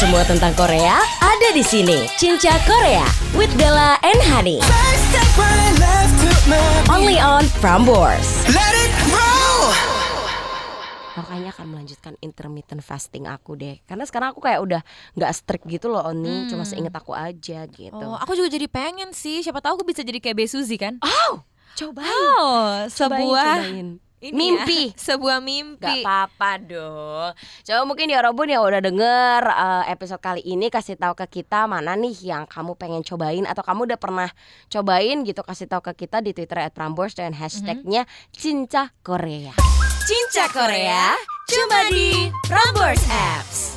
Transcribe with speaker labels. Speaker 1: semua tentang Korea ada di sini. Cinca Korea with Bella and Honey.
Speaker 2: First step right, left to my
Speaker 1: Only on Prambors.
Speaker 2: Let it roll.
Speaker 1: Makanya akan melanjutkan intermittent fasting aku deh. Karena sekarang aku kayak udah nggak strict gitu loh, Oni. Cuma seinget aku aja gitu.
Speaker 3: Oh, aku juga jadi pengen sih. Siapa tahu aku bisa jadi kayak Besuzi kan?
Speaker 1: Oh, coba.
Speaker 3: Oh, sebuah ini ya,
Speaker 1: mimpi.
Speaker 3: sebuah
Speaker 1: Gak
Speaker 3: mimpi.
Speaker 1: apa-apa dong. Coba mungkin ya Robun yang udah denger eh, episode kali ini kasih tahu ke kita mana nih yang kamu pengen cobain atau kamu udah pernah cobain gitu kasih tahu ke kita di Twitter @prambors dan hashtagnya Cinca Korea. Cinca
Speaker 3: Mm-hmm. Korea, cuma di
Speaker 1: Prambors Apps.